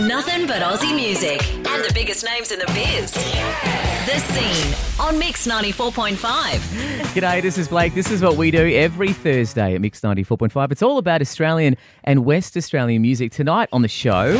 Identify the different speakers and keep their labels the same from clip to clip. Speaker 1: Nothing but Aussie music and the biggest names in the biz. The Scene on Mix 94.5.
Speaker 2: G'day, this is Blake. This is what we do every Thursday at Mix 94.5. It's all about Australian and West Australian music. Tonight on the show.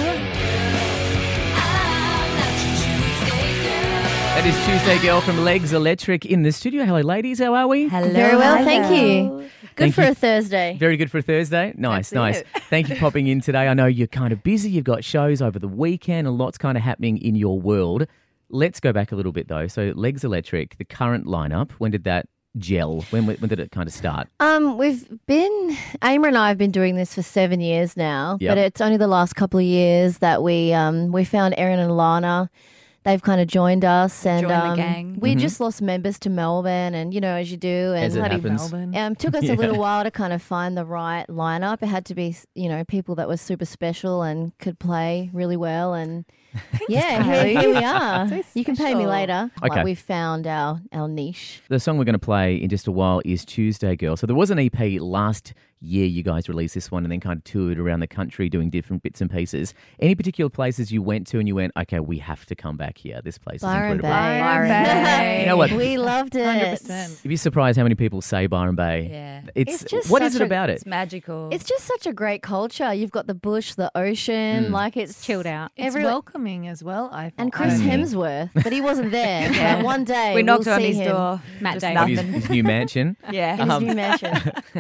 Speaker 2: That is Tuesday Girl from Legs Electric in the studio. Hello, ladies. How are we?
Speaker 3: Hello.
Speaker 4: Very well,
Speaker 3: hello.
Speaker 4: thank you. Good
Speaker 2: Thank
Speaker 4: for
Speaker 2: you.
Speaker 4: a Thursday.
Speaker 2: Very good for a Thursday. Nice, nice. Thank you for popping in today. I know you're kind of busy. You've got shows over the weekend. A lot's kind of happening in your world. Let's go back a little bit though. So, Legs Electric, the current lineup. When did that gel? When when did it kind of start?
Speaker 4: Um, we've been Amar and I have been doing this for seven years now,
Speaker 2: Yep.
Speaker 4: but it's only the last couple of years that we um we found Erin and Lana. They've kind of joined us, and
Speaker 3: Joined the
Speaker 4: um,
Speaker 3: gang.
Speaker 4: we just lost members to Melbourne, and you know as you do, and
Speaker 2: Mm-hmm. As it happens.
Speaker 4: Um, took us a little while to kind of find the right lineup. It had to be, you know, people that were super special and could play really well. And yeah, here, here we are. you can pay me
Speaker 3: special.
Speaker 4: later.
Speaker 2: Okay.
Speaker 4: Like we found our our niche.
Speaker 2: The song we're going to play in just a while is Tuesday Girl. So there was an EP last year you guys released this one and then kind of toured around the country doing different bits and pieces. Any particular places you went to and you went, okay, we have to come back here. This place
Speaker 4: Byron
Speaker 2: is incredible.
Speaker 4: Bay.
Speaker 3: Byron Bay.
Speaker 2: You know what?
Speaker 4: We loved it.
Speaker 3: 100%.
Speaker 2: You'd be surprised how many people say Byron Bay.
Speaker 3: Yeah.
Speaker 2: It's,
Speaker 4: It's just
Speaker 2: what is it
Speaker 4: such a-
Speaker 2: about it?
Speaker 3: It's magical.
Speaker 4: It's just such a great culture. You've got the bush, the
Speaker 2: Mm.
Speaker 4: ocean, like it's
Speaker 5: chilled out.
Speaker 4: It's
Speaker 5: It's
Speaker 4: Every-
Speaker 5: welcoming as well. I
Speaker 4: And Chris
Speaker 2: Mm.
Speaker 4: Hemsworth, but he wasn't there.
Speaker 5: Yeah.
Speaker 4: But one day
Speaker 3: we knocked
Speaker 4: we'll
Speaker 3: on
Speaker 4: see
Speaker 3: his
Speaker 4: him
Speaker 3: door.
Speaker 5: Matt
Speaker 3: Just
Speaker 5: Damon.
Speaker 2: Of his,
Speaker 3: nothing.
Speaker 2: his new mansion.
Speaker 3: Yeah.
Speaker 4: in his new mansion.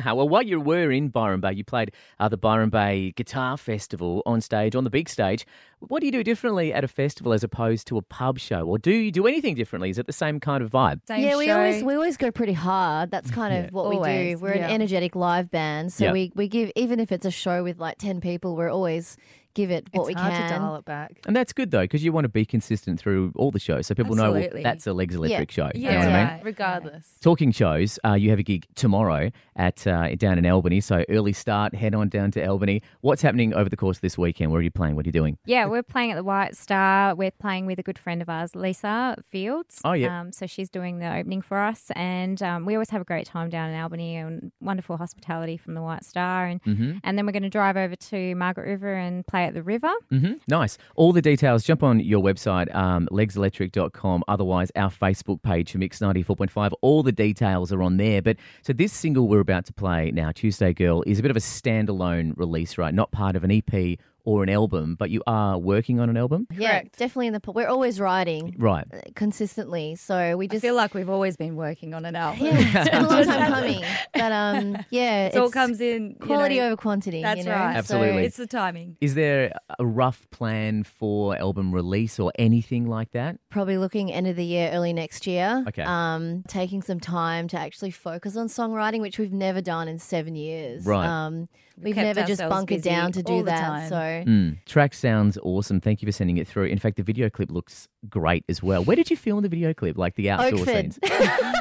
Speaker 2: well, while you were in Byron Bay, you played uh, the Byron Bay Guitar Festival on stage, on the big stage. What do you do differently at a festival as opposed to a pub show? Or do you do anything differently? Is it the same kind of vibe?
Speaker 3: Same
Speaker 4: yeah, we
Speaker 3: show.
Speaker 4: always we always go pretty hard. That's kind of what we
Speaker 3: Always,
Speaker 4: do. We're
Speaker 3: yeah.
Speaker 4: an energetic live band, so
Speaker 2: Yeah.
Speaker 4: we we give even if it's a show with like ten people, we're always give it what
Speaker 5: it's
Speaker 4: we
Speaker 5: hard
Speaker 4: can.
Speaker 5: to dial it back.
Speaker 2: And that's good though, because you want to be consistent through all the shows, so people know well,
Speaker 3: Absolutely.
Speaker 2: that's a Legs Electric show. You
Speaker 3: Yeah.
Speaker 2: know what I mean?
Speaker 3: Yeah.
Speaker 5: Regardless.
Speaker 2: Talking shows, uh, you have a gig tomorrow at uh, down in Albany, so early start, head on down to Albany. What's happening over the course of this weekend? Where are you playing? What are you doing?
Speaker 6: Yeah, we're playing at the White Star. We're playing with a good friend of ours, Lisa Fields.
Speaker 2: Oh, yeah.
Speaker 6: Um, so she's doing the opening for us, and um, we always have a great time down in Albany and wonderful hospitality from the White Star. And
Speaker 2: Mm-hmm.
Speaker 6: and then we're going to drive over to Margaret River and play at the river.
Speaker 2: hmm Nice. All the details, jump on your website, um, legselectric.com. Otherwise, our Facebook page for Mix 94.5. All the details are on there. But so this single we're about to play now, Tuesday Girl, is a bit of a standalone release, right? Not part of an EP or an album, but you are working on an album?
Speaker 4: yeah,
Speaker 5: Correct.
Speaker 4: definitely in the. po- We're always riding
Speaker 2: Right.
Speaker 4: uh, consistently, so we
Speaker 3: I
Speaker 4: just
Speaker 3: feel like we've always been working on an album.
Speaker 4: yeah, it's been a long time coming. But um, yeah,
Speaker 3: It all comes in you
Speaker 4: quality
Speaker 3: know,
Speaker 4: over quantity.
Speaker 3: That's
Speaker 4: you know?
Speaker 3: right.
Speaker 4: So-
Speaker 2: Absolutely.
Speaker 3: It's the timing.
Speaker 2: Is there a rough plan for album release or anything like that?
Speaker 4: probably looking end of the year, early next year.
Speaker 2: Okay.
Speaker 4: Um, taking some time to actually focus on songwriting, which we've never done in seven years.
Speaker 2: Right.
Speaker 4: Um, we've
Speaker 3: kept
Speaker 4: never just
Speaker 3: ourselves
Speaker 4: bunkered
Speaker 3: busy
Speaker 4: down to
Speaker 3: all
Speaker 4: do
Speaker 3: the
Speaker 4: that.
Speaker 3: time.
Speaker 4: So
Speaker 2: Mm. Track sounds awesome. Thank you for sending it through. In fact, the video clip looks great as well. Where did you film the video clip? Like the outdoor scenes?
Speaker 4: Oakford.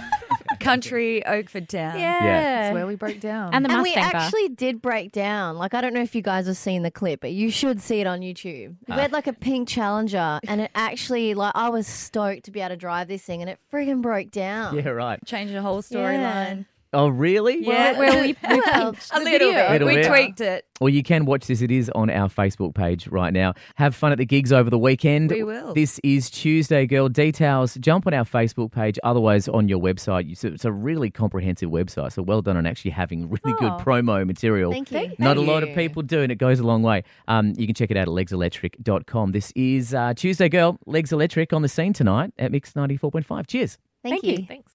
Speaker 3: Country Oakford Town.
Speaker 5: That's where we broke down.
Speaker 6: And the
Speaker 4: and we
Speaker 6: Mustang Bar.
Speaker 4: actually did break down. Like I don't know if you guys have seen the clip, but you should see it on YouTube.
Speaker 2: Ah.
Speaker 4: We had like a pink Challenger, and it actually like I was stoked to be able to drive this thing, and it friggin' broke down.
Speaker 2: Yeah, right.
Speaker 3: Changed the whole storyline.
Speaker 2: Oh, really?
Speaker 3: Yeah.
Speaker 6: Well, we, we
Speaker 4: Well,
Speaker 3: a little bit.
Speaker 2: Little
Speaker 3: we
Speaker 2: bit.
Speaker 3: tweaked it.
Speaker 2: Well, you can watch this. It is on our Facebook page right now. Have fun at the gigs over the weekend.
Speaker 3: We will.
Speaker 2: This is Tuesday Girl. Details, jump on our Facebook page, otherwise on your website. It's a- It's a really comprehensive website. So well done on actually having really
Speaker 3: Oh,
Speaker 2: good promo material.
Speaker 4: Thank you. Thank-
Speaker 2: Not
Speaker 3: thank
Speaker 2: a lot of
Speaker 3: you.
Speaker 2: people do, and it goes a long way. Um, you can check it out at legselectric.com. This is uh, Tuesday Girl, Legs Electric on the scene tonight at Mix 94.5. Cheers.
Speaker 4: Thank, you.
Speaker 5: Thanks.